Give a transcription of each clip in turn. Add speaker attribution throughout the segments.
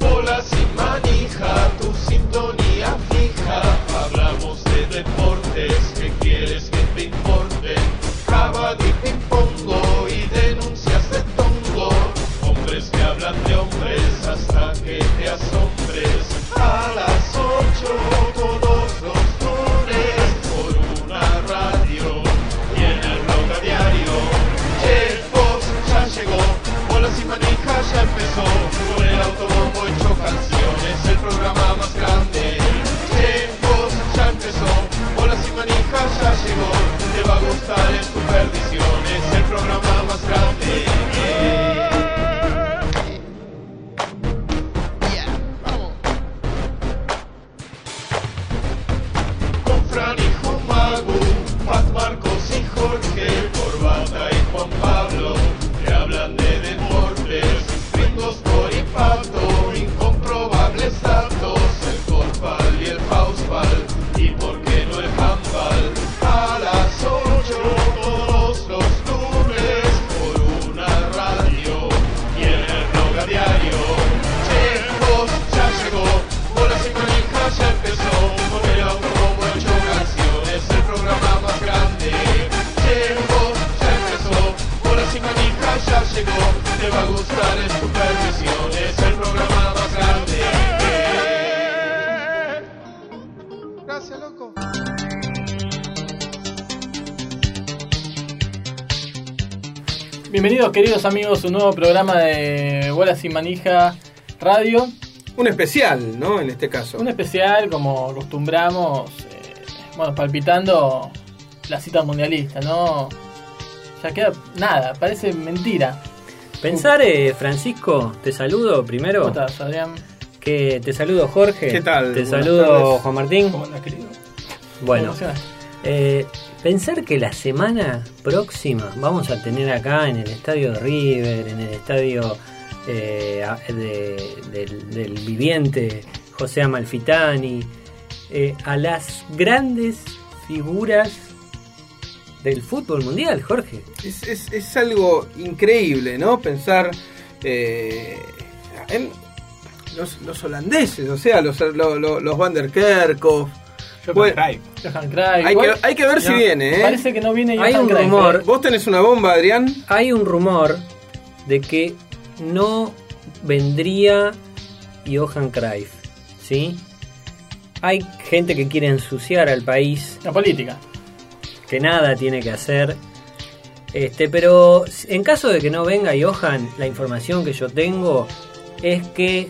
Speaker 1: bola sin manija, tu sintonía fija. Hablamos de deportes, ¿qué quieres que te importe? Sábado y pimpongo y denuncias de tongo. Hombres que hablan de hombres hasta que te asombres. A las ocho todos los lunes por una radio y en el blog a diario. Che, el box ya llegó, bolas y manija ya empezó. Con el autobombo hecho canciones, el programa más grande. Che, el box ya empezó, bolas y manija ya llegó. Te va a gustar en tu perdición, es el programa más grande. con Fran y Juan Magu, Paz Marcos y Jorge, Corbata y Juan Pablo, que hablan de deportes, gringos por impacto, incomprobables datos, el corpal y el faustball, y por qué no el handball, a las 8 todos los lunes, por una radio, y en el blog a diario, chicos, ya llegó, bolas y manija ya empezó, con el auto como hecho canciones, el programa más grande. Llegó, ya empezó, bolas y manija ya llegó, te va a gustar en tu perdición, es el programa más grande. Gracias, loco.
Speaker 2: Bienvenidos queridos amigos a un nuevo programa de Bolas y Manija Radio.
Speaker 3: Un especial, ¿no? En este caso.
Speaker 2: Un especial como acostumbramos, eh, bueno, palpitando la cita mundialista, ¿no? Ya queda nada, parece mentira.
Speaker 4: Pensar, eh, Francisco, te saludo
Speaker 2: ¿Cómo
Speaker 4: primero.
Speaker 2: estás, Adrián?
Speaker 4: Que te saludo Jorge.
Speaker 3: ¿Qué tal?
Speaker 4: Te
Speaker 3: Buenas
Speaker 4: saludo
Speaker 3: tardes.
Speaker 4: Juan Martín. Bueno,
Speaker 2: ¿Cómo emocionás?
Speaker 4: eh, pensar que la semana próxima vamos a tener acá en el estadio de River, en el estadio eh, a- de- del, del viviente José Amalfitani, eh, a las grandes figuras del fútbol mundial, Jorge.
Speaker 3: Es, es- es algo increíble, ¿no? Pensar eh, en los, los holandeses, o sea, los, lo- lo- los Van der Kerkhoff. Bueno,
Speaker 2: Johan Cruyff.
Speaker 3: hay, que,
Speaker 2: Igual,
Speaker 3: hay que ver si
Speaker 4: no,
Speaker 3: viene, ¿eh?
Speaker 2: Parece que no viene
Speaker 4: Hay
Speaker 2: Johan
Speaker 4: un
Speaker 2: Cruyff,
Speaker 4: rumor.
Speaker 2: eh.
Speaker 3: ¿Vos tenés una bomba, Adrián?
Speaker 4: hay un rumor de que no vendría Johan Cruyff, ¿sí? Hay gente que quiere ensuciar al país,
Speaker 2: ¿eh? La política.
Speaker 4: que nada tiene que hacer. Este, pero en caso de que no venga Johan, la información que yo tengo es que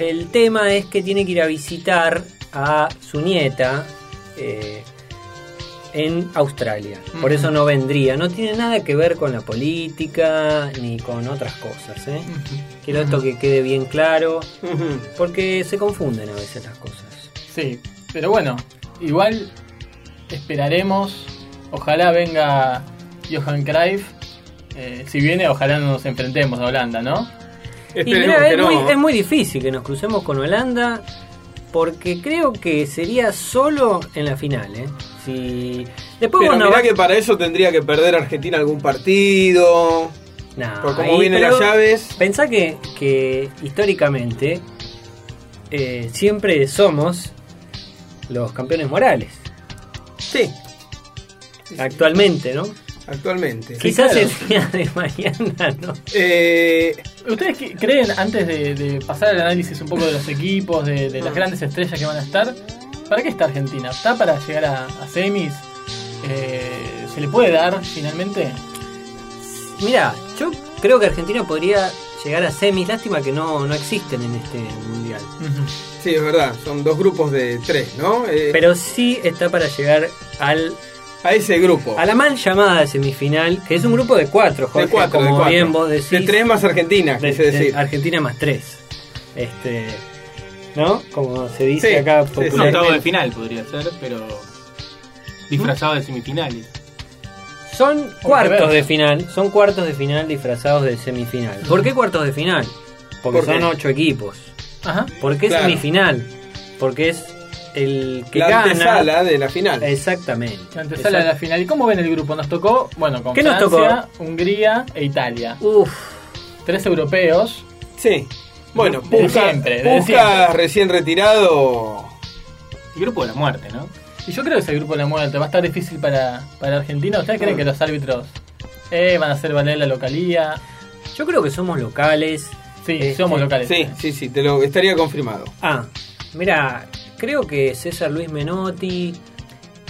Speaker 4: el tema es que tiene que ir a visitar a su nieta eh, en Australia. Por eso no vendría. No tiene nada que ver con la política ni con otras cosas. ¿eh?
Speaker 2: Mm.
Speaker 4: Quiero esto que quede bien claro.
Speaker 3: Ujú.
Speaker 4: Porque se confunden a veces las cosas.
Speaker 2: Sí, pero bueno, igual esperaremos. Ojalá venga Johan Cruyff. Eh, si viene, ojalá no nos enfrentemos a Holanda, ¿no?
Speaker 4: Y
Speaker 3: Esperemos
Speaker 4: mirá,
Speaker 3: que
Speaker 4: es,
Speaker 3: no.
Speaker 4: muy, es muy difícil que nos crucemos con Holanda porque creo que sería solo en la final. ¿eh? Si... Después
Speaker 3: Pero
Speaker 4: vos no
Speaker 3: mirá
Speaker 4: vas-
Speaker 3: que para eso tendría que perder Argentina algún partido.
Speaker 4: Nah,
Speaker 3: por cómo
Speaker 4: ahí,
Speaker 3: vienen
Speaker 4: pero
Speaker 3: las llaves.
Speaker 4: Pensá que, que históricamente eh, siempre somos los campeones morales.
Speaker 3: Sí,
Speaker 4: Actualmente, ¿no?
Speaker 3: actualmente.
Speaker 4: Quizás
Speaker 2: claro.
Speaker 4: el día de mañana, ¿no?
Speaker 3: Eh,
Speaker 2: ¿Ustedes qué- creen, antes de, de pasar al análisis un poco de los equipos, de, de las grandes estrellas que van a estar, ¿para qué está Argentina? ¿Está para llegar a, a semis? Eh, ¿Se le puede dar finalmente?
Speaker 4: Mira, yo creo que Argentina podría llegar a semis. Lástima que no, no existen en este mundial.
Speaker 3: sí, es verdad. Son dos grupos de tres, ¿no? Eh,
Speaker 4: Pero sí está para llegar al,
Speaker 3: a ese grupo.
Speaker 4: a la mal llamada semifinal, que es un grupo de cuatro, Jorge,
Speaker 3: de cuatro,
Speaker 4: como
Speaker 3: de cuatro.
Speaker 4: bien vos decís.
Speaker 3: De tres más Argentina,
Speaker 4: de-
Speaker 3: quise
Speaker 4: de
Speaker 3: decir.
Speaker 4: Argentina más tres. Este, ¿No? Como se dice
Speaker 3: Sí, sí,
Speaker 4: acá
Speaker 5: Un
Speaker 3: sí.
Speaker 4: popularmente.
Speaker 5: octavo de final podría ser, pero disfrazado de semifinales.
Speaker 4: Son
Speaker 2: verso.
Speaker 4: cuartos de final, son cuartos de final disfrazados de semifinal. ¿Por qué cuartos de final? Porque
Speaker 3: ¿Por qué?
Speaker 4: son ocho equipos.
Speaker 2: Ajá.
Speaker 4: ¿Por qué
Speaker 3: Claro.
Speaker 4: semifinal? Porque es el que
Speaker 3: la
Speaker 4: gana.
Speaker 3: antesala de la final.
Speaker 4: Exactamente.
Speaker 2: La antesala de la final. ¿Y cómo ven el grupo? Nos tocó, bueno, con
Speaker 4: ¿Qué nos
Speaker 2: Francia, Hungría e Italia.
Speaker 4: Uf,
Speaker 2: Tres europeos.
Speaker 3: Sí. Bueno,
Speaker 2: De
Speaker 3: Puska,
Speaker 2: siempre, de
Speaker 3: Puska
Speaker 2: siempre.
Speaker 3: recién retirado.
Speaker 5: El grupo de la muerte, ¿no?
Speaker 2: Y yo creo que ese grupo de la muerte va a estar difícil para, para Argentina. ¿Ustedes creen que los árbitros eh, van a hacer valer la localía?
Speaker 4: Yo creo que somos locales.
Speaker 2: Sí,
Speaker 4: Este,
Speaker 2: somos locales.
Speaker 3: Sí, sí, sí, te lo estaría confirmado.
Speaker 4: Ah, mira, creo que César Luis Menotti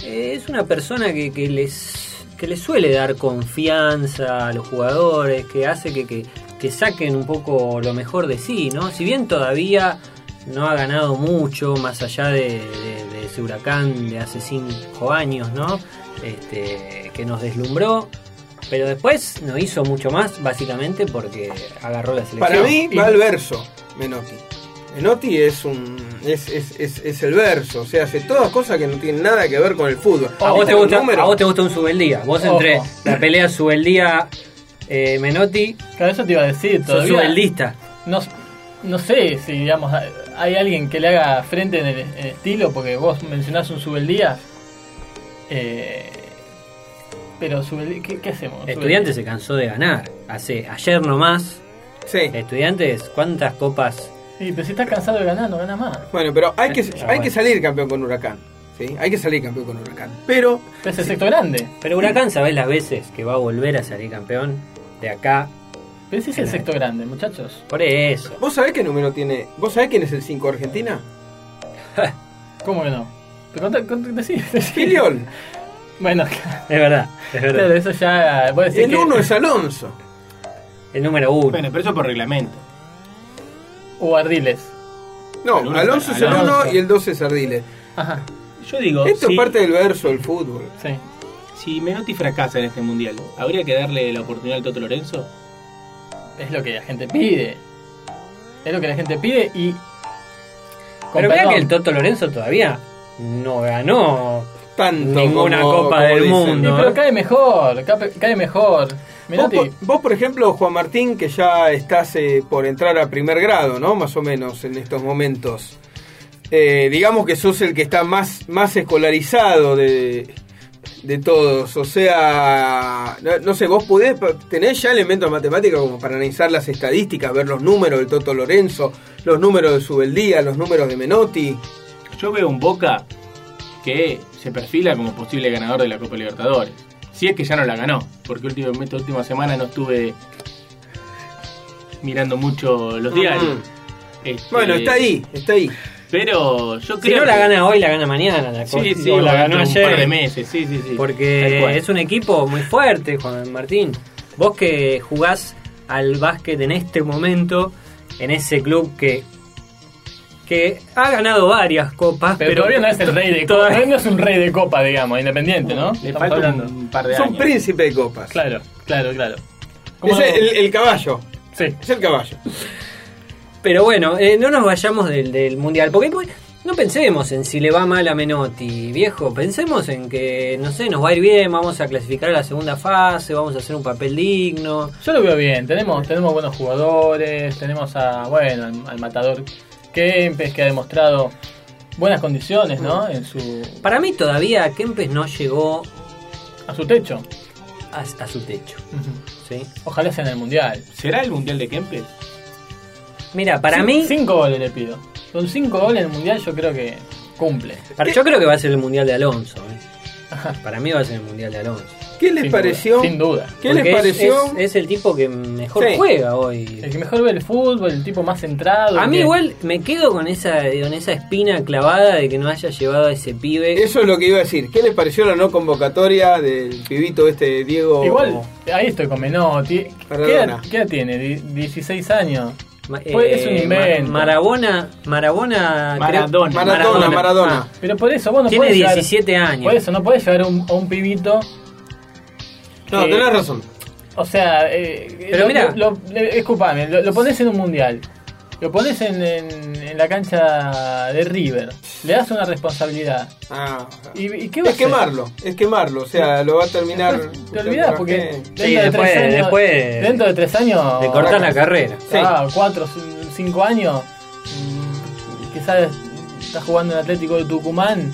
Speaker 4: eh, es una persona que, que les que les suele dar confianza a los jugadores, que hace que, que, que saquen un poco lo mejor de sí, ¿no? Si bien todavía no ha ganado mucho, más allá de, de- de ese huracán de hace cinco años, ¿no? Este, que nos deslumbró, pero después no hizo mucho más, básicamente porque agarró la selección.
Speaker 3: Para mí
Speaker 2: Y-
Speaker 3: va el verso, Menotti. Menotti es un es, es, es, es el verso, o sea, hace todas cosas que no tienen nada que ver con el fútbol.
Speaker 4: Oh, A vos, te
Speaker 3: Con
Speaker 4: gusta,
Speaker 3: números.
Speaker 4: a vos te gusta un subeldía. Vos
Speaker 2: Ojo.
Speaker 4: entre la pelea subeldía eh, Menotti,
Speaker 2: Claro, eso te iba a decir.
Speaker 4: sos
Speaker 2: Todavía
Speaker 4: subeldista.
Speaker 2: no, no sé si, digamos, hay alguien que le haga frente en el, en estilo, porque vos mencionás un subeldía. Eh, pero Subeldía- ¿qué, qué hacemos? Subeldía.
Speaker 4: Estudiantes se cansó de ganar. Hace ayer nomás.
Speaker 3: Sí.
Speaker 4: Estudiantes, ¿cuántas copas?
Speaker 2: Sí, pero si estás cansado de ganar, no ganas más.
Speaker 3: Bueno, pero hay que,
Speaker 4: Eh, ya,
Speaker 3: hay
Speaker 4: bueno.
Speaker 3: que salir campeón con Huracán. ¿sí? Hay que salir campeón con Huracán. Pero
Speaker 2: Pero es el sexto grande.
Speaker 4: Pero Huracán, ¿sabés las veces que va a volver a salir campeón? De acá.
Speaker 2: Pero ese es el sexto grande, muchachos.
Speaker 4: Por eso.
Speaker 3: ¿Vos sabés qué número tiene? ¿Vos sabés quién es el 5 Argentina?
Speaker 2: ¿Cómo que no? Pero contá- contá- decí, decí.
Speaker 3: Filiol.
Speaker 2: Bueno,
Speaker 4: Es verdad. Es
Speaker 2: claro,
Speaker 4: verdad.
Speaker 2: eso ya. vos decís
Speaker 3: El
Speaker 2: que-
Speaker 3: 1 es Alonso.
Speaker 4: El número uno.
Speaker 5: Bueno, pero eso por reglamento.
Speaker 2: O Ardiles.
Speaker 3: No,
Speaker 5: El uno es
Speaker 3: Alonso es el
Speaker 2: Alonso.
Speaker 3: 1 y el 2 es Ardiles.
Speaker 2: Ajá,
Speaker 5: Yo digo,
Speaker 3: Esto
Speaker 5: si,
Speaker 3: es parte del verso del fútbol.
Speaker 2: sí.
Speaker 5: si Menotti fracasa en este mundial, ¿habría que darle la oportunidad al Toto Lorenzo?
Speaker 2: Es lo que la gente pide. Es lo que la gente pide y. con
Speaker 4: Pero mirá
Speaker 2: perdón,
Speaker 4: que el Toto Lorenzo todavía no ganó.
Speaker 3: Tanto
Speaker 4: Ninguna
Speaker 3: como-
Speaker 4: Copa
Speaker 3: como
Speaker 4: del
Speaker 3: dicen.
Speaker 2: Sí,
Speaker 4: Mundo. ¿no?
Speaker 2: pero cae mejor, cae, cae mejor.
Speaker 3: Vos,
Speaker 2: Menotti,
Speaker 3: por- vos, por ejemplo, Juan Martín, que ya estás eh, por entrar a primer grado, ¿no? Más o menos en estos momentos. Eh, digamos que sos el que está más, más escolarizado de, de todos. O sea, no, no sé, vos podés pa- tenés ya elementos matemáticos como para analizar las estadísticas, ver los números del Toto Lorenzo, los números de Subeldía, los números de Menotti.
Speaker 5: Yo veo un Boca que se perfila como posible ganador de la Copa Libertadores. Si es que ya no la ganó, porque últimamente, última semana no estuve mirando mucho los diarios.
Speaker 3: Ujú.
Speaker 5: Este,
Speaker 3: Bueno, está ahí, está ahí.
Speaker 5: Pero yo
Speaker 4: Si
Speaker 5: creo
Speaker 4: no la
Speaker 5: que-
Speaker 4: gana hoy, la gana mañana. La
Speaker 5: Sí,
Speaker 4: co-
Speaker 5: sí,
Speaker 4: o la
Speaker 5: va
Speaker 4: ganó
Speaker 5: dentro de
Speaker 4: ayer.
Speaker 5: Un par de meses, sí, sí, sí. Tal cual.
Speaker 4: Porque es un equipo muy fuerte, Juan Martín. Vos que jugás al básquet en este momento, en ese club que, que ha ganado varias copas,
Speaker 2: pero, todavía no es el rey de copa.
Speaker 4: todavía-
Speaker 2: No es un rey de copa, digamos, independiente, ¿no?
Speaker 5: Le
Speaker 2: Estamos
Speaker 5: falta
Speaker 2: hablando.
Speaker 5: un par de
Speaker 3: Son
Speaker 5: años.
Speaker 3: príncipe de copas.
Speaker 2: Claro, claro, claro. ¿Cómo
Speaker 3: Es
Speaker 2: no?
Speaker 3: el, el caballo,
Speaker 2: Sí.
Speaker 3: es el caballo.
Speaker 4: Pero bueno, eh, no nos vayamos del, del mundial, porque pues, no pensemos en si le va mal a Menotti, viejo, pensemos en que, no sé, nos va a ir bien, vamos a clasificar a la segunda fase, vamos a hacer un papel digno.
Speaker 2: Yo lo veo bien, tenemos, tenemos buenos jugadores, tenemos a, bueno, al, al matador Kempes que ha demostrado buenas condiciones, ¿no? En su,
Speaker 4: Para mí todavía Kempes no llegó
Speaker 2: a su techo.
Speaker 4: hasta su techo, ¿sí?
Speaker 2: Ojalá sea en el Mundial.
Speaker 5: ¿Será el Mundial de Kempes?
Speaker 4: Mira, para
Speaker 2: Cin-
Speaker 4: mí...
Speaker 2: Cinco goles le pido. Con cinco goles en el Mundial yo creo que cumple.
Speaker 4: Para- yo creo que va a ser el mundial de Alonso. ¿eh? Para mí va a ser el mundial de Alonso.
Speaker 3: ¿Qué les
Speaker 2: Sin
Speaker 3: pareció?
Speaker 2: duda, sin duda.
Speaker 3: ¿Qué
Speaker 4: Porque
Speaker 3: les
Speaker 4: es-
Speaker 3: pareció?
Speaker 4: Es, es el tipo que mejor
Speaker 3: Sí.
Speaker 4: juega hoy.
Speaker 2: El que mejor ve el fútbol, el tipo más centrado.
Speaker 4: A
Speaker 2: el
Speaker 4: mí
Speaker 2: que-
Speaker 4: igual me quedo con esa con esa espina clavada de que no haya llevado a ese pibe.
Speaker 2: Eh,
Speaker 3: Eso es lo que iba a decir. ¿Qué les pareció la no convocatoria del pibito este Diego?
Speaker 2: Igual, ahí estoy con Menotti. ¿Qué
Speaker 3: Perdona.
Speaker 2: edad, qué edad tiene? Di- 16 años.
Speaker 4: Ma- eh,
Speaker 2: Pues es un invento.
Speaker 4: Ma- Marabona, Marabona,
Speaker 5: Maradona.
Speaker 4: creo-
Speaker 3: Maradona, Maradona.
Speaker 4: Ah,
Speaker 2: Pero por eso vos no
Speaker 4: tiene
Speaker 2: podés llevar-
Speaker 4: 17 años.
Speaker 2: Por eso no podés llevar un- a un pibito
Speaker 4: Ah,
Speaker 3: No,
Speaker 2: eh,
Speaker 3: tenés razón.
Speaker 2: O sea, eh,
Speaker 4: Pero
Speaker 2: lo-
Speaker 4: mira.
Speaker 2: lo, lo- eh, disculpame, lo, lo pones en un mundial, lo pones en, en- en la cancha de River, le das una responsabilidad.
Speaker 3: Ah.
Speaker 2: ¿Y, y qué va a
Speaker 3: Es
Speaker 2: hacer?
Speaker 3: quemarlo, es quemarlo. O sea, lo va a terminar.
Speaker 2: Te olvidás porque dentro,
Speaker 4: Sí,
Speaker 2: de
Speaker 4: después-
Speaker 2: tres años,
Speaker 4: después-
Speaker 2: dentro de tres años,
Speaker 4: Le cortan la carrera.
Speaker 3: Sí.
Speaker 2: ah, cuatro, cin- cinco años, mm, quizás está jugando en Atlético de Tucumán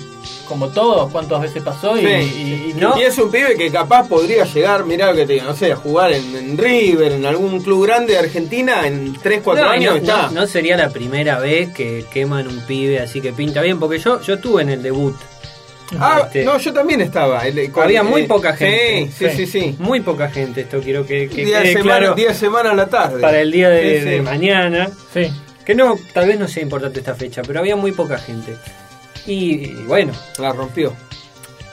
Speaker 2: como todos, cuántas veces pasó y,
Speaker 3: Sí.
Speaker 2: y- y no.
Speaker 3: Y es un pibe que capaz podría llegar, mirá lo que te digo, no sé, a jugar en, en River, en algún club grande de Argentina, en 3, 4
Speaker 4: No, y
Speaker 3: años
Speaker 4: no,
Speaker 3: está.
Speaker 4: no- no sería la primera vez que queman un pibe así que pinta bien, porque yo, yo estuve en el debut.
Speaker 3: ah,
Speaker 4: Este,
Speaker 3: no, yo también estaba. el- eh,
Speaker 4: Había muy poca gente.
Speaker 3: Sí, sí, sí. sí.
Speaker 4: Muy poca gente, esto quiero que, que
Speaker 3: Día, de
Speaker 4: quede
Speaker 3: semana,
Speaker 4: claro
Speaker 3: día de semana a la tarde.
Speaker 4: para el día de,
Speaker 3: Sí, sí.
Speaker 4: de mañana.
Speaker 2: Sí.
Speaker 4: Que no, tal vez no sea importante esta fecha, pero había muy poca gente. Y, y bueno,
Speaker 3: La rompió.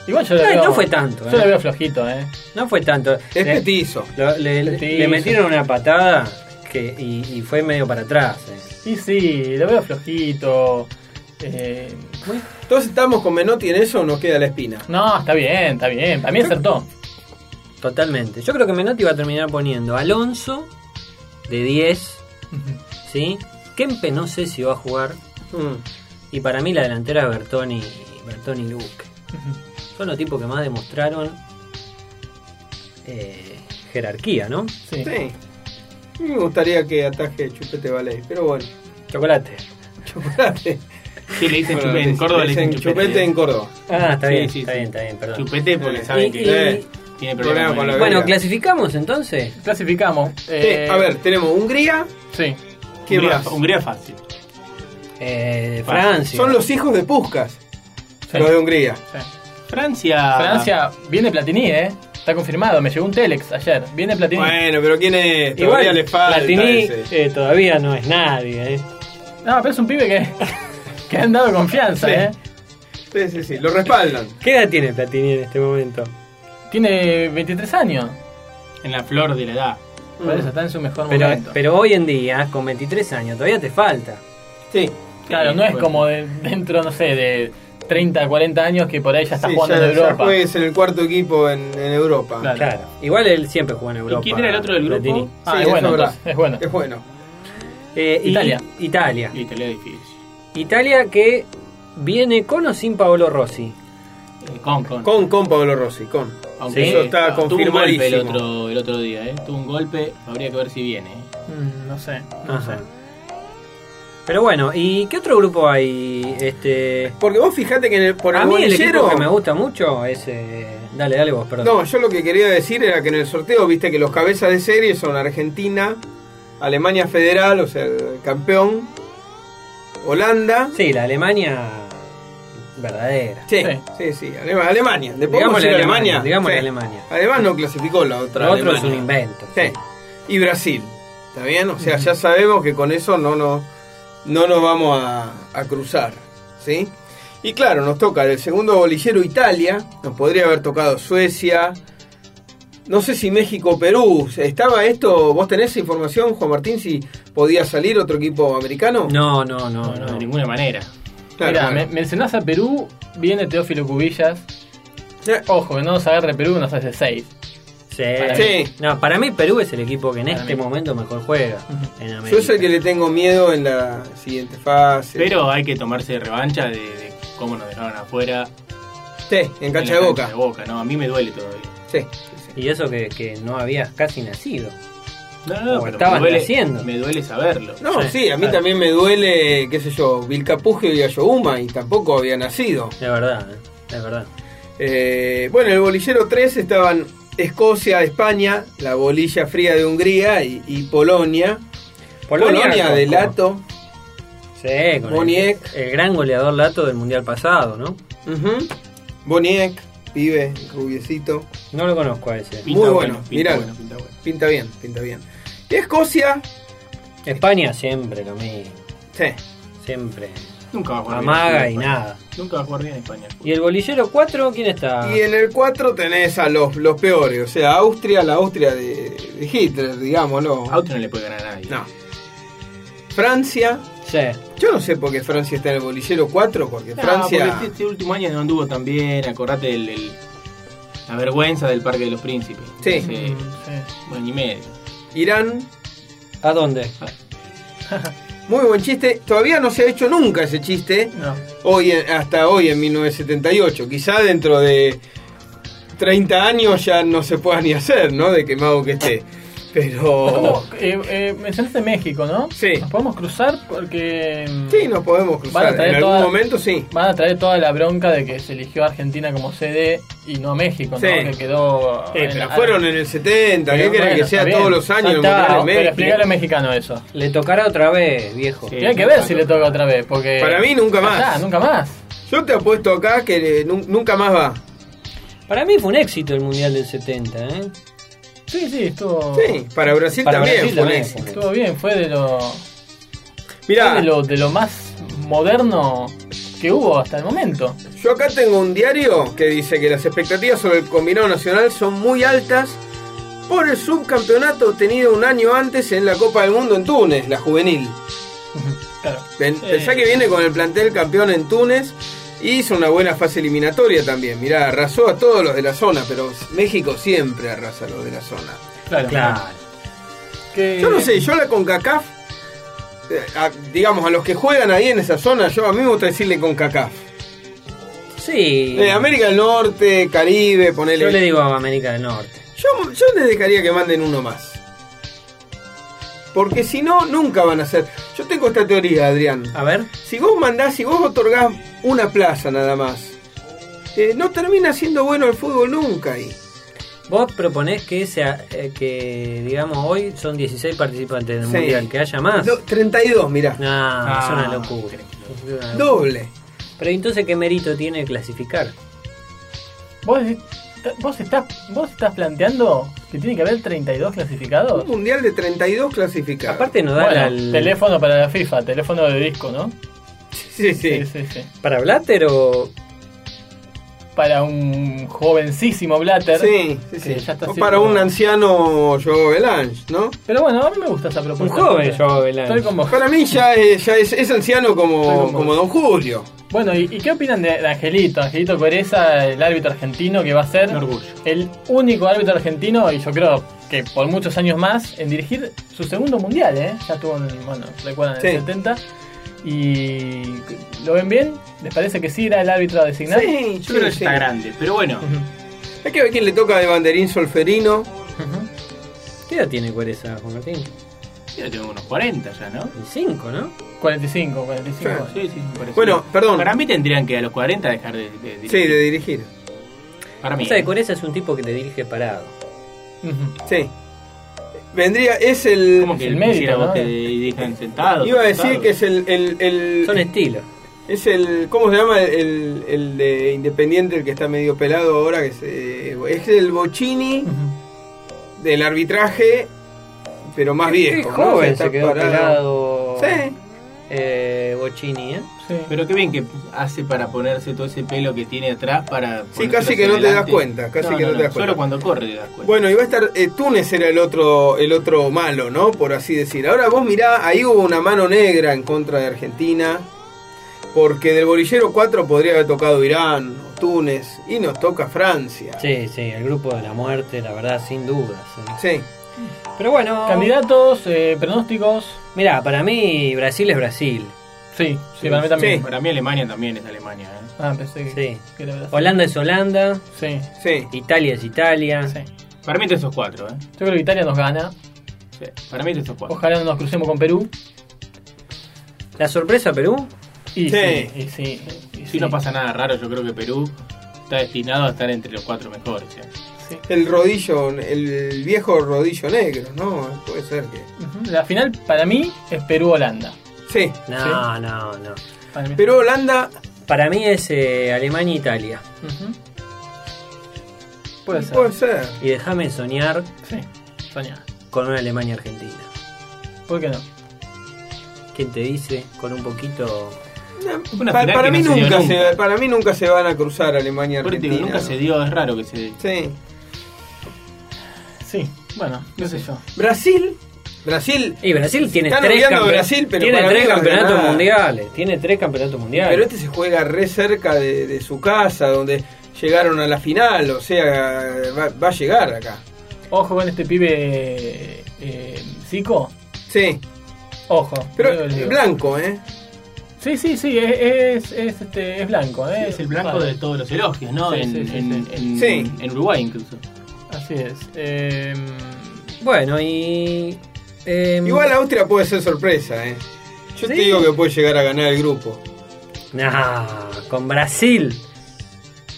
Speaker 2: Igual yo lo
Speaker 4: Eh,
Speaker 2: veo-
Speaker 4: no fue tanto,
Speaker 2: Yo
Speaker 4: eh.
Speaker 2: lo veo flojito, ¿eh?
Speaker 4: no fue tanto.
Speaker 3: Es
Speaker 4: Le-
Speaker 3: petizo.
Speaker 4: lo- le, le-
Speaker 2: Petizo.
Speaker 4: le metieron una patada que, y, y fue medio para atrás. eh.
Speaker 2: Y sí, lo veo flojito. Eh,
Speaker 3: Entonces estamos con Menotti en eso o nos queda la espina.
Speaker 2: no, está bien, está bien. Para mí acertó.
Speaker 4: Totalmente. Yo creo que Menotti va a terminar poniendo a Alonso de 10, ¿sí? Kempe no sé si va a jugar.
Speaker 3: Mm.
Speaker 4: Y para mí la delantera es Bertoni, Bertoni y Luque. Son los tipos que más demostraron eh, jerarquía, ¿no?
Speaker 2: Sí.
Speaker 3: Sí. A mí Me gustaría que ataje Chupete Ballet, pero bueno.
Speaker 4: Chocolate.
Speaker 3: Chocolate.
Speaker 5: Sí, le dicen
Speaker 3: Bueno,
Speaker 5: chupete. En Córdoba le dicen chupete.
Speaker 3: Chupete en Córdoba.
Speaker 4: Ah, está
Speaker 5: Sí,
Speaker 4: bien,
Speaker 5: sí,
Speaker 4: está
Speaker 5: sí.
Speaker 4: bien, está bien, perdón.
Speaker 5: Chupete porque saben que
Speaker 4: Y-
Speaker 3: Eh, problema
Speaker 5: tiene problemas
Speaker 3: con
Speaker 5: con
Speaker 3: la
Speaker 5: la
Speaker 3: verga.
Speaker 4: Bueno, clasificamos entonces.
Speaker 2: Clasificamos.
Speaker 3: eh,
Speaker 2: eh,
Speaker 3: a ver, tenemos Hungría.
Speaker 2: Sí.
Speaker 3: ¿Quién
Speaker 5: Hungría,
Speaker 3: más?
Speaker 5: Hungría fácil.
Speaker 4: Eh, Francia.
Speaker 3: Son los hijos de Puskas,
Speaker 2: Sí.
Speaker 3: los de Hungría.
Speaker 2: sí.
Speaker 5: Francia.
Speaker 3: Ah,
Speaker 2: Francia viene Platini, ¿eh? Está confirmado. Me llegó un Telex ayer. Viene Platini.
Speaker 3: Bueno, pero ¿quién es? Todavía
Speaker 4: Igual,
Speaker 3: le falta.
Speaker 4: Platini
Speaker 3: ese.
Speaker 4: eh, todavía no es nadie. eh.
Speaker 2: No, pero es un pibe que, que han dado confianza,
Speaker 3: Sí.
Speaker 2: ¿eh?
Speaker 3: Sí, sí, sí, lo respaldan.
Speaker 4: ¿Qué edad tiene Platini en este momento?
Speaker 2: Tiene 23 años.
Speaker 5: En la flor de la edad.
Speaker 2: Por
Speaker 3: Mm.
Speaker 2: eso está en su mejor
Speaker 4: Pero,
Speaker 3: eh,
Speaker 2: momento.
Speaker 4: pero hoy en día, con 23 años, todavía te falta.
Speaker 3: Sí,
Speaker 2: claro,
Speaker 5: Sí,
Speaker 2: no es
Speaker 5: bueno.
Speaker 2: como de- dentro, no sé, de 30, 40 años que por ahí ya está
Speaker 3: sí,
Speaker 2: jugando
Speaker 3: ya,
Speaker 2: en
Speaker 3: ya
Speaker 2: Europa.
Speaker 3: juegues en el cuarto equipo en, en Europa.
Speaker 2: Claro.
Speaker 4: Claro. Igual él siempre jugó en Europa.
Speaker 5: quién era el otro del grupo?
Speaker 4: Platini.
Speaker 2: Ah,
Speaker 3: Sí,
Speaker 2: es,
Speaker 3: eso
Speaker 2: bueno,
Speaker 3: es verdad.
Speaker 2: entonces, es bueno.
Speaker 3: Es bueno.
Speaker 4: Eh, y-
Speaker 2: Italia.
Speaker 4: Italia.
Speaker 5: Y te leo difícil.
Speaker 4: Italia que viene con o sin Paolo Rossi.
Speaker 5: Eh, Con, con.
Speaker 3: Con, con Pablo Rossi, con.
Speaker 5: Aunque
Speaker 3: eso está
Speaker 5: tuvo un golpe el
Speaker 3: confirmadísimo.
Speaker 5: otro, el otro día, ¿eh? Tuvo un golpe, habría que ver si viene. ¿eh?
Speaker 2: Mm, no sé,
Speaker 3: Ah,
Speaker 2: no
Speaker 4: Ajá.
Speaker 2: sé.
Speaker 4: Pero bueno, ¿y qué otro grupo hay? Este.
Speaker 3: Porque vos fijate que en el- por el
Speaker 4: A mí el equipo
Speaker 3: bolillero-
Speaker 4: que me gusta mucho es. eh, Dale, dale vos, perdón.
Speaker 3: No, yo lo que quería decir era que en el sorteo, viste que los cabezas de serie son Argentina, Alemania Federal, o sea, el campeón, Holanda.
Speaker 4: Sí, la Alemania verdadera.
Speaker 3: Sí,
Speaker 2: Sí.
Speaker 3: sí, sí, Alema- Alemania. Le podemos
Speaker 4: Digámosle
Speaker 3: decir
Speaker 4: Alemania,
Speaker 3: Alemania.
Speaker 4: digámosle
Speaker 3: Sí.
Speaker 4: Alemania.
Speaker 3: Además no clasificó la otra.
Speaker 4: Lo otro es un
Speaker 3: Alemania.
Speaker 4: invento.
Speaker 3: Sí. Y Brasil. ¿Está bien? O sea, ya sabemos que con eso no, no, no nos vamos a, a cruzar. ¿Sí? Y claro, nos toca el segundo bolillero Italia. Nos podría haber tocado Suecia. No sé si México o Perú. ¿Estaba esto? ¿Vos tenés información, Juan Martín, si podía salir otro equipo americano?
Speaker 4: No, no,
Speaker 5: No,
Speaker 4: no,
Speaker 5: no, de
Speaker 4: no.
Speaker 5: ninguna manera.
Speaker 3: Claro,
Speaker 2: Mirá,
Speaker 3: bueno.
Speaker 2: me- mencionás a Perú, viene Teófilo Cubillas.
Speaker 3: Eh,
Speaker 2: Ojo, que no nos agarre Perú, nos hace 6.
Speaker 4: Sí.
Speaker 2: Para
Speaker 3: mí.
Speaker 4: No, para mí Perú es el equipo que en
Speaker 2: Para
Speaker 4: este
Speaker 2: mí.
Speaker 4: momento mejor juega en América.
Speaker 3: Yo es el que le tengo miedo en la siguiente fase.
Speaker 5: Pero hay que tomarse revancha de, de cómo nos dejaron afuera.
Speaker 3: Sí, en cancha de
Speaker 5: la
Speaker 3: boca.
Speaker 5: de boca. No, a mí me duele todavía.
Speaker 3: Sí, sí, sí.
Speaker 4: Y eso que, que no habías casi nacido.
Speaker 5: No,
Speaker 4: Como
Speaker 5: no, pero
Speaker 4: estaban
Speaker 5: me duele,
Speaker 4: haciendo.
Speaker 5: me duele saberlo.
Speaker 3: No, sí,
Speaker 4: Sí,
Speaker 3: a mí
Speaker 4: claro.
Speaker 3: también me duele, qué sé yo, Vilcapugio y Ayohuma, y tampoco había nacido.
Speaker 4: De verdad, eh, de verdad.
Speaker 3: Eh, bueno, en el bolillero 3 estaban Escocia, España, la bolilla fría de Hungría y, y Polonia. Polonia,
Speaker 4: con-
Speaker 3: de
Speaker 4: con-
Speaker 3: Lato.
Speaker 4: Sí, con el,
Speaker 3: Boniek.
Speaker 4: el gran goleador Lato del Mundial pasado, ¿no?
Speaker 3: Ujú. Boniek, pibe, rubiecito.
Speaker 4: No lo conozco a ese.
Speaker 5: Pinta
Speaker 3: muy bueno,
Speaker 5: pinta
Speaker 3: mirá.
Speaker 5: bueno, pinta bueno.
Speaker 3: Pinta bien, pinta bien. Y Escocia,
Speaker 4: España siempre lo mismo.
Speaker 3: sí,
Speaker 4: Siempre.
Speaker 5: Nunca va a jugar
Speaker 4: Amaga
Speaker 5: bien.
Speaker 4: y nada.
Speaker 5: Nunca va a jugar bien en España.
Speaker 4: ¿Y el bolillero 4 quién está?
Speaker 3: Y en el 4 tenés a los, los peores, o sea, Austria, la Austria de, de Hitler, digámoslo.
Speaker 5: Auto no le puede ganar a nadie.
Speaker 3: No. Francia.
Speaker 4: Sí.
Speaker 3: Yo no sé por qué Francia está en el bolillero 4, porque
Speaker 5: No,
Speaker 3: Francia.
Speaker 5: porque este, este último año no anduvo tan bien. Acordate del, del- la vergüenza del Parque de los Príncipes.
Speaker 3: Sí.
Speaker 2: Mm,
Speaker 5: Hace un año y medio.
Speaker 2: este-
Speaker 5: Ah,
Speaker 3: Irán.
Speaker 4: ¿A dónde?
Speaker 3: Muy buen chiste. Todavía no se ha hecho nunca ese chiste.
Speaker 2: No.
Speaker 3: Hoy, en- hasta hoy en 1978. Quizá dentro de 30 años ya no se pueda ni hacer, ¿no? De quemado que esté. Pero.
Speaker 2: ¿Cómo? Eh, eh, mencionaste México, ¿no?
Speaker 3: Oh. Sí.
Speaker 2: Nos podemos cruzar porque. mm,
Speaker 3: Sí, nos podemos
Speaker 2: Van a
Speaker 3: cruzar.
Speaker 2: traer
Speaker 3: En algún
Speaker 2: toda-
Speaker 3: momento sí.
Speaker 2: Van a traer toda la bronca de que se eligió a Argentina como sede y no a México,
Speaker 3: Sí.
Speaker 2: ¿no? Que quedó.
Speaker 3: Eh,
Speaker 2: en-
Speaker 3: pero fueron en el 70, ¿qué
Speaker 2: Pero
Speaker 3: quieren
Speaker 2: bueno,
Speaker 3: que sea
Speaker 2: está
Speaker 3: todos
Speaker 2: bien.
Speaker 3: los años?
Speaker 2: Ya
Speaker 3: el
Speaker 2: está,
Speaker 3: Mundial de
Speaker 2: Pero
Speaker 3: México?
Speaker 2: explicarle al mexicano eso.
Speaker 4: Le tocará otra vez, viejo.
Speaker 5: Sí.
Speaker 2: Tiene que ver si le toca otra vez, porque.
Speaker 3: Para mí nunca
Speaker 2: Ya
Speaker 3: más.
Speaker 2: está, nunca más.
Speaker 3: Yo te apuesto acá que eh, nun- nunca más va.
Speaker 4: Para mí fue un éxito el Mundial del 70, ¿eh?
Speaker 2: Sí, sí, estuvo.
Speaker 3: Sí, para Brasil
Speaker 4: Para
Speaker 3: también
Speaker 4: Brasil
Speaker 3: fue un
Speaker 4: también
Speaker 3: éxito.
Speaker 4: fue.
Speaker 2: Estuvo bien, fue de lo. fue
Speaker 3: Mirá,
Speaker 2: de lo, de lo más moderno que hubo hasta el momento.
Speaker 3: yo acá tengo un diario que dice que las expectativas sobre el combinado nacional son muy altas por el subcampeonato obtenido un año antes en la Copa del Mundo en Túnez, la juvenil.
Speaker 2: Claro.
Speaker 3: Pen-
Speaker 4: Eh.
Speaker 2: Sí.
Speaker 3: Pensá que viene con el plantel campeón en Túnez y hizo una buena fase eliminatoria también. Mirá, arrasó a todos los de la zona, pero México siempre arrasa a los de la zona.
Speaker 2: Claro. Que-
Speaker 3: Yo
Speaker 4: Eh.
Speaker 3: no sé, yo la CONCACAF, eh, a- digamos, a los que juegan ahí en esa zona, yo a mí me gusta decirle CONCACAF.
Speaker 4: Sí.
Speaker 3: Eh, América del Norte, Caribe, ponele.
Speaker 4: Yo le digo a América del Norte.
Speaker 3: Yo, yo les dejaría que manden uno más. Porque si no, nunca van a ser. Yo tengo esta teoría, Adrián.
Speaker 4: A ver.
Speaker 3: Si vos mandás, si vos otorgás una plaza nada más, eh, no termina siendo bueno el fútbol nunca ahí.
Speaker 4: Vos proponés que sea, eh, que digamos hoy son 16 participantes del
Speaker 3: Sí.
Speaker 4: mundial, que haya más.
Speaker 3: Do- 32, mirá.
Speaker 4: No, es una locura. Es una locura.
Speaker 3: Doble.
Speaker 4: Pero entonces qué mérito tiene clasificar.
Speaker 2: ¿Vos, decís- vos, estás, ¿Vos estás planteando que tiene que haber 32 clasificados?
Speaker 3: Un mundial de 32 clasificados.
Speaker 4: Aparte no da
Speaker 2: Bueno,
Speaker 4: al-
Speaker 2: teléfono para la FIFA, teléfono de disco, ¿no?
Speaker 3: sí, sí.
Speaker 2: sí, sí.
Speaker 4: para Blatter o
Speaker 2: Para un jovencísimo Blatter.
Speaker 3: Sí, sí,
Speaker 2: que
Speaker 3: sí.
Speaker 2: ya está
Speaker 3: O para
Speaker 2: haciendo-
Speaker 3: un anciano Joe Belange, ¿no?
Speaker 2: Pero bueno, a mí me gusta esa
Speaker 4: un
Speaker 2: propuesta.
Speaker 4: joven
Speaker 2: Estoy-
Speaker 4: Joao Velange.
Speaker 2: Estoy como...
Speaker 3: Para mí ya es, ya es, es anciano
Speaker 2: Estoy
Speaker 3: como,
Speaker 2: con vos.
Speaker 3: como Don Julio.
Speaker 2: Bueno, ¿y, y qué opinan de, de Angelito? Angelito Coreza, el árbitro argentino que va a ser
Speaker 5: Un orgullo.
Speaker 2: el único árbitro argentino, y yo creo que por muchos años más, en dirigir su segundo mundial, ¿eh? Ya estuvo en, el- bueno, recuerdan, en
Speaker 3: Sí.
Speaker 2: el 70. ¿Y lo ven bien? ¿Les parece que sí era el árbitro a designar?
Speaker 3: Sí,
Speaker 5: Yo creo que
Speaker 3: sí,
Speaker 5: está
Speaker 3: sí.
Speaker 5: grande, pero bueno.
Speaker 2: Ujú,
Speaker 3: Hay que ver quién le toca de banderín solferino.
Speaker 2: ujú.
Speaker 4: ¿Qué edad tiene Cuereza, Juan Martín?
Speaker 5: Ya tengo unos 40 ya, ¿no?
Speaker 4: El 5, ¿no?
Speaker 2: 45, 45.
Speaker 5: Sí, sí, me parece.
Speaker 3: Bueno, perdón.
Speaker 5: Para mí tendrían que a los 40 dejar de, de dirigir.
Speaker 3: Sí, de dirigir.
Speaker 5: Para
Speaker 4: O
Speaker 5: mí.
Speaker 4: sea,
Speaker 5: ¿eh?
Speaker 4: de Cuereza es un tipo que te dirige parado.
Speaker 2: Ujú.
Speaker 3: Sí. Vendría, es el.
Speaker 5: ¿Cómo que
Speaker 2: el
Speaker 5: el
Speaker 2: mérito,
Speaker 5: mérito,
Speaker 2: ¿no?
Speaker 5: vos te dirijan sentado?
Speaker 3: Iba a decir
Speaker 5: sentado?
Speaker 3: que es el. el, el-
Speaker 4: Son estilos.
Speaker 3: es el. ¿Cómo se llama? El, el de Independiente, el que está medio pelado ahora. Que es, eh, es el Bocini
Speaker 2: Ujú.
Speaker 3: del arbitraje, pero más
Speaker 4: Qué
Speaker 3: viejo. ¿no? O sea,
Speaker 4: joven
Speaker 3: está
Speaker 4: se quedó
Speaker 3: parado.
Speaker 4: pelado.
Speaker 3: Sí.
Speaker 4: Eh, Bocini, ¿eh?
Speaker 2: Sí.
Speaker 5: Pero qué bien que hace para ponerse todo ese pelo que tiene atrás para.
Speaker 3: Sí,
Speaker 5: ponérselo
Speaker 3: casi que
Speaker 5: hacia
Speaker 3: no te das
Speaker 5: adelante.
Speaker 3: cuenta, casi que no te das cuenta.
Speaker 5: Solo cuando corre te das cuenta.
Speaker 3: Bueno, iba a estar. eh, Túnez era el otro, el otro malo, ¿no? Por así decir. Ahora vos mirá, ahí hubo una mano negra en contra de Argentina. Porque del bolillero 4 podría haber tocado Irán, Túnez. Y nos toca Francia.
Speaker 4: Sí, sí, el grupo de la muerte, la verdad, sin dudas. ¿eh?
Speaker 3: Sí.
Speaker 4: Pero bueno,
Speaker 2: Candidatos, eh, pronósticos.
Speaker 4: mira, para mí Brasil es Brasil.
Speaker 2: Sí, sí, para mí también.
Speaker 3: sí.
Speaker 5: Para mí Alemania también es Alemania. ¿eh?
Speaker 2: Ah, pensé que,
Speaker 4: Sí.
Speaker 2: que era Brasil.
Speaker 4: Holanda es Holanda,
Speaker 2: Sí,
Speaker 3: Sí.
Speaker 4: Italia es Italia.
Speaker 2: sí.
Speaker 5: Para mí entre esos cuatro. ¿eh?
Speaker 2: Yo creo que Italia nos gana.
Speaker 5: Sí, Para mí entre esos cuatro.
Speaker 2: Ojalá no nos crucemos con Perú.
Speaker 4: La sorpresa Perú,
Speaker 2: Y sí,
Speaker 3: Sí.
Speaker 2: y sí. y
Speaker 5: Si
Speaker 2: sí.
Speaker 5: no pasa nada raro, yo creo que Perú está destinado a estar entre los cuatro mejores. ¿eh?
Speaker 2: Sí.
Speaker 3: El rodillo, el viejo rodillo negro, ¿no? Puede ser que.
Speaker 2: Ujú. La final para mí es Perú-Holanda.
Speaker 3: Sí.
Speaker 4: no,
Speaker 2: Sí.
Speaker 4: no, no.
Speaker 2: Para mí.
Speaker 3: Pero Holanda.
Speaker 4: Para mí es eh, Alemania e Italia.
Speaker 2: Ujú. Puede ser.
Speaker 3: Puede ser.
Speaker 4: Y déjame soñar
Speaker 2: Sí, soñada.
Speaker 4: con una Alemania Argentina.
Speaker 2: ¿Por qué no?
Speaker 4: ¿Quién te dice? Con un poquito.
Speaker 5: Una
Speaker 3: Pa-
Speaker 5: final
Speaker 3: para,
Speaker 5: que
Speaker 3: mí
Speaker 5: no se dio
Speaker 3: nunca se,
Speaker 5: nunca.
Speaker 3: para mí nunca se van a cruzar Alemania y
Speaker 5: Por eso te
Speaker 3: Argentina.
Speaker 5: digo, nunca
Speaker 3: ¿no?
Speaker 5: se dio, es raro que se dé.
Speaker 3: Sí.
Speaker 2: Sí, bueno, no sé yo.
Speaker 3: Brasil. Brasil.
Speaker 4: Y Brasil tiene
Speaker 3: Están
Speaker 4: tres,
Speaker 3: obviando
Speaker 4: campe-
Speaker 3: Brasil, pero
Speaker 4: tiene
Speaker 3: para
Speaker 4: tres
Speaker 3: mí no es
Speaker 4: campeonatos
Speaker 3: nada.
Speaker 4: mundiales. Tiene tres campeonatos mundiales.
Speaker 3: Pero este se juega re cerca de, de su casa, donde llegaron a la final, o sea, va, va a llegar acá.
Speaker 2: Ojo con este pibe. Eh, Zico.
Speaker 3: Sí,
Speaker 2: Ojo.
Speaker 3: pero
Speaker 2: yo les digo.
Speaker 3: blanco, ¿eh?
Speaker 2: Sí, sí, sí, es, es, es, este, es blanco. ¿eh?
Speaker 5: Es el blanco
Speaker 2: Vale.
Speaker 5: de todos los elogios, ¿no?
Speaker 2: Sí,
Speaker 5: en,
Speaker 2: sí, sí,
Speaker 5: en-
Speaker 2: sí.
Speaker 5: en-
Speaker 3: Sí.
Speaker 5: en Uruguay incluso.
Speaker 2: Así es. Eh,
Speaker 4: Bueno, y. em,
Speaker 3: Igual Austria puede ser sorpresa, ¿eh? Yo te
Speaker 4: Sí.
Speaker 3: digo que puede llegar a ganar el grupo.
Speaker 4: nah, con Brasil.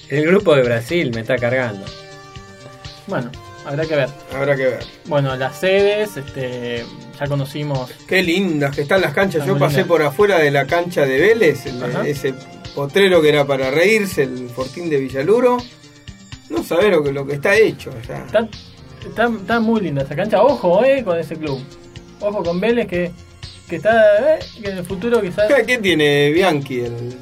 Speaker 4: El grupo de Brasil me está cargando.
Speaker 2: Bueno, habrá que ver.
Speaker 3: Habrá que ver.
Speaker 2: Bueno, las sedes, este, ya conocimos.
Speaker 3: Qué lindas que están las canchas.
Speaker 2: Está
Speaker 3: Yo
Speaker 2: muy
Speaker 3: pasé
Speaker 2: linda.
Speaker 3: por afuera de la cancha de Vélez, el-
Speaker 2: Ajá.
Speaker 3: ese potrero que era para reírse, el fortín de Villaluro. No sabés lo que, lo que está hecho. o sea.
Speaker 2: Está, está, está muy linda esa cancha. Ojo, eh, con ese club. Ojo con Vélez que, que está eh, que en el futuro quizás.
Speaker 3: ¿Qué, qué tiene Bianchi? El...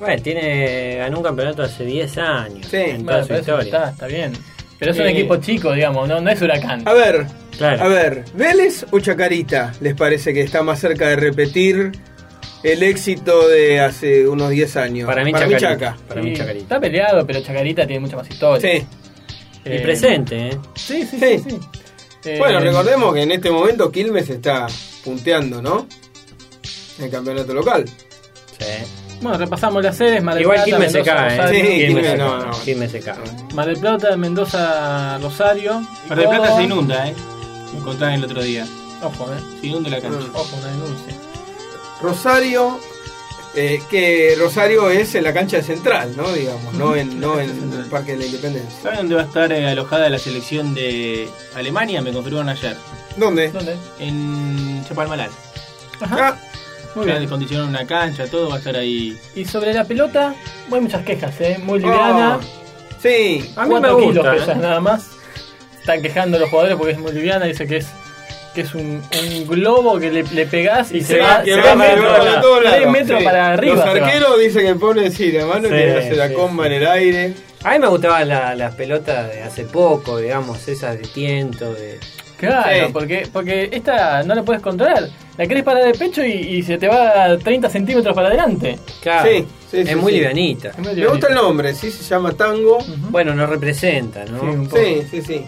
Speaker 4: Bueno, tiene, ganó un campeonato hace 10 años.
Speaker 3: Sí,
Speaker 4: en toda
Speaker 2: Bueno,
Speaker 4: su
Speaker 2: pero eso
Speaker 4: historia.
Speaker 2: está, está bien. Pero es un
Speaker 4: Eh. Ah,
Speaker 2: equipo chico, digamos, no, no es huracán.
Speaker 3: A ver,
Speaker 4: Claro.
Speaker 3: a ver, ¿Vélez o Chacarita? ¿Les parece que está más cerca de repetir el éxito de hace unos 10 años?
Speaker 4: Para mí, Chacarita.
Speaker 3: Chaca.
Speaker 4: Para mí,
Speaker 2: Sí,
Speaker 4: Chacarita.
Speaker 2: Está peleado, pero Chacarita tiene mucha más historia.
Speaker 3: Sí.
Speaker 4: Y
Speaker 2: Eh,
Speaker 4: presente, ¿eh?
Speaker 2: Sí, sí,
Speaker 3: Sí.
Speaker 2: sí. sí. Eh,
Speaker 3: Bueno, recordemos que en este momento Quilmes está punteando, ¿no? En el campeonato local.
Speaker 4: Sí.
Speaker 2: Bueno, repasamos las sedes. Mar del
Speaker 4: Igual
Speaker 2: Plata,
Speaker 4: Quilmes se
Speaker 2: Mendoza,
Speaker 4: cae,
Speaker 2: Rosario.
Speaker 4: ¿eh?
Speaker 3: Sí,
Speaker 4: Quilmes
Speaker 3: Quilmes
Speaker 4: se
Speaker 3: no,
Speaker 4: cae,
Speaker 3: no.
Speaker 4: Quilmes se cae.
Speaker 2: Mar del Plata, Mendoza, Rosario.
Speaker 5: Mar del Plata
Speaker 2: Córdoba.
Speaker 5: se inunda, ¿eh? Me contaban el otro día.
Speaker 2: Ojo, eh.
Speaker 5: Se inunda la
Speaker 3: Mm.
Speaker 5: cancha.
Speaker 2: Ojo, una denuncia.
Speaker 3: Rosario, eh, que Rosario es en la cancha central, ¿no? Digamos, no en, no en el Parque de la Independencia.
Speaker 5: ¿Saben dónde va a estar eh, alojada la selección de Alemania? Me confirmaron ayer.
Speaker 3: ¿Dónde?
Speaker 2: ¿Dónde?
Speaker 5: En Chapalmalal.
Speaker 2: Ajá.
Speaker 3: Ah,
Speaker 2: Muy
Speaker 5: ya
Speaker 2: bien.
Speaker 5: descondicionaron una cancha, todo va a estar ahí.
Speaker 2: Y sobre la pelota, hay muchas quejas, ¿eh? Muy liviana.
Speaker 3: oh, sí.
Speaker 4: A mí me
Speaker 2: Cuatro kilos
Speaker 4: gusta,
Speaker 2: pesa
Speaker 4: ¿eh?
Speaker 2: nada más. Están quejando los jugadores porque es muy liviana. Dice que es que es un, un globo que le, le pegás y, se,
Speaker 3: Sí,
Speaker 2: va,
Speaker 3: que
Speaker 2: se va
Speaker 3: va para
Speaker 2: metro,
Speaker 3: todos
Speaker 2: para-
Speaker 3: lados.
Speaker 2: tres metros
Speaker 3: Sí.
Speaker 2: para arriba.
Speaker 3: Los
Speaker 2: se va.
Speaker 3: arqueros dicen que ponen sí, la mano
Speaker 4: Sí,
Speaker 3: que hace la
Speaker 4: sí,
Speaker 3: comba
Speaker 4: sí.
Speaker 3: en el aire.
Speaker 4: A mí me gustaban la- las pelotas de hace poco, digamos, esas de tiento, de...
Speaker 2: Claro,
Speaker 3: Sí.
Speaker 2: porque, porque esta no la puedes controlar. La querés parar de pecho y, y se te va 30 centímetros para adelante.
Speaker 4: Claro,
Speaker 3: Sí, sí,
Speaker 4: es
Speaker 3: sí,
Speaker 4: muy
Speaker 3: sí.
Speaker 4: livianita.
Speaker 2: Es muy
Speaker 3: Me
Speaker 2: livianita.
Speaker 3: gusta el nombre, sí, se llama tango.
Speaker 2: Ujú.
Speaker 4: Bueno, nos representa, ¿no?
Speaker 2: Sí, un poco.
Speaker 3: Sí, sí, sí.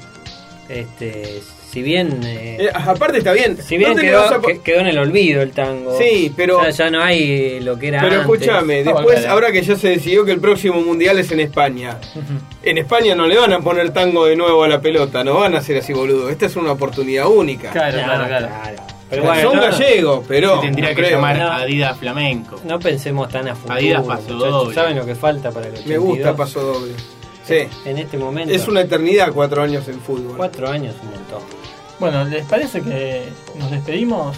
Speaker 4: Este, si bien... eh,
Speaker 3: Eh, aparte está bien.
Speaker 4: si bien
Speaker 3: ¿Dónde le vas a
Speaker 4: quedó,
Speaker 3: po-
Speaker 4: que- quedó en el olvido el tango.
Speaker 3: Sí, pero-
Speaker 4: Ya, ya no hay lo que era
Speaker 3: Pero
Speaker 4: antes.
Speaker 3: escúchame,
Speaker 2: Está
Speaker 3: después,
Speaker 2: bacana.
Speaker 3: ahora que ya se decidió que el próximo mundial es en España,
Speaker 2: Ujú.
Speaker 3: en España no le van a poner tango de nuevo a la pelota, no van a ser así boludo. Esta es una oportunidad única.
Speaker 2: Claro,
Speaker 4: Ya,
Speaker 2: claro, claro.
Speaker 4: Pero
Speaker 3: Son
Speaker 4: bueno, no,
Speaker 3: gallegos, pero.
Speaker 5: se tendría
Speaker 3: no
Speaker 5: que
Speaker 3: creo.
Speaker 5: llamar
Speaker 4: No.
Speaker 5: Adidas Flamenco.
Speaker 4: no pensemos tan a futuro.
Speaker 5: Adidas pasó
Speaker 4: muchachos.
Speaker 5: doble.
Speaker 4: ¿Saben lo que falta para el 82?
Speaker 3: Me gusta paso doble. Sí.
Speaker 4: En este momento.
Speaker 3: Es una eternidad cuatro años en fútbol.
Speaker 4: Cuatro años un montón.
Speaker 2: Bueno, ¿les parece que nos despedimos?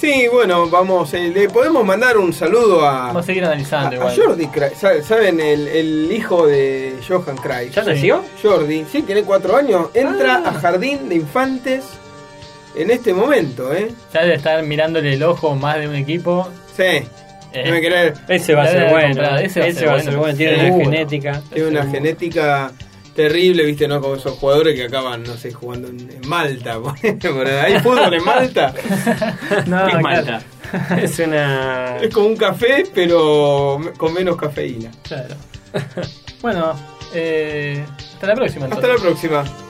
Speaker 3: Sí, bueno, vamos. eh, le podemos mandar un saludo a.
Speaker 2: Vamos a seguir
Speaker 3: a-
Speaker 2: analizando
Speaker 3: a
Speaker 2: igual.
Speaker 3: Jordi Cra- sa- ¿saben? El, el hijo de Johan Cruyff.
Speaker 4: ¿Ya
Speaker 2: Sí.
Speaker 4: nació?
Speaker 3: Jordi, sí, tiene cuatro años, entra
Speaker 4: Ah.
Speaker 3: a Jardín de Infantes en este momento, ¿eh?
Speaker 2: Ya debe estar mirándole el ojo más de un equipo.
Speaker 3: Sí,
Speaker 2: Eh,
Speaker 3: no me creer.
Speaker 4: Ese va a
Speaker 2: Ya
Speaker 4: ser
Speaker 2: debe haber
Speaker 4: bueno. ¿eh?
Speaker 2: comprado,
Speaker 4: Ese va, a ser bueno. Tiene una
Speaker 2: seguro.
Speaker 4: genética.
Speaker 3: Tiene una
Speaker 2: Ese-
Speaker 3: genética terrible, viste, ¿no? Como esos jugadores que acaban, no sé, jugando en, en Malta. por ejemplo. ¿Hay fútbol en
Speaker 2: No,
Speaker 3: Malta?
Speaker 5: ¿Qué es
Speaker 2: claro.
Speaker 5: Malta?
Speaker 4: Es una.
Speaker 3: Es como un café, pero con menos cafeína.
Speaker 2: Claro. Bueno, eh, hasta la próxima.
Speaker 3: Hasta la próxima.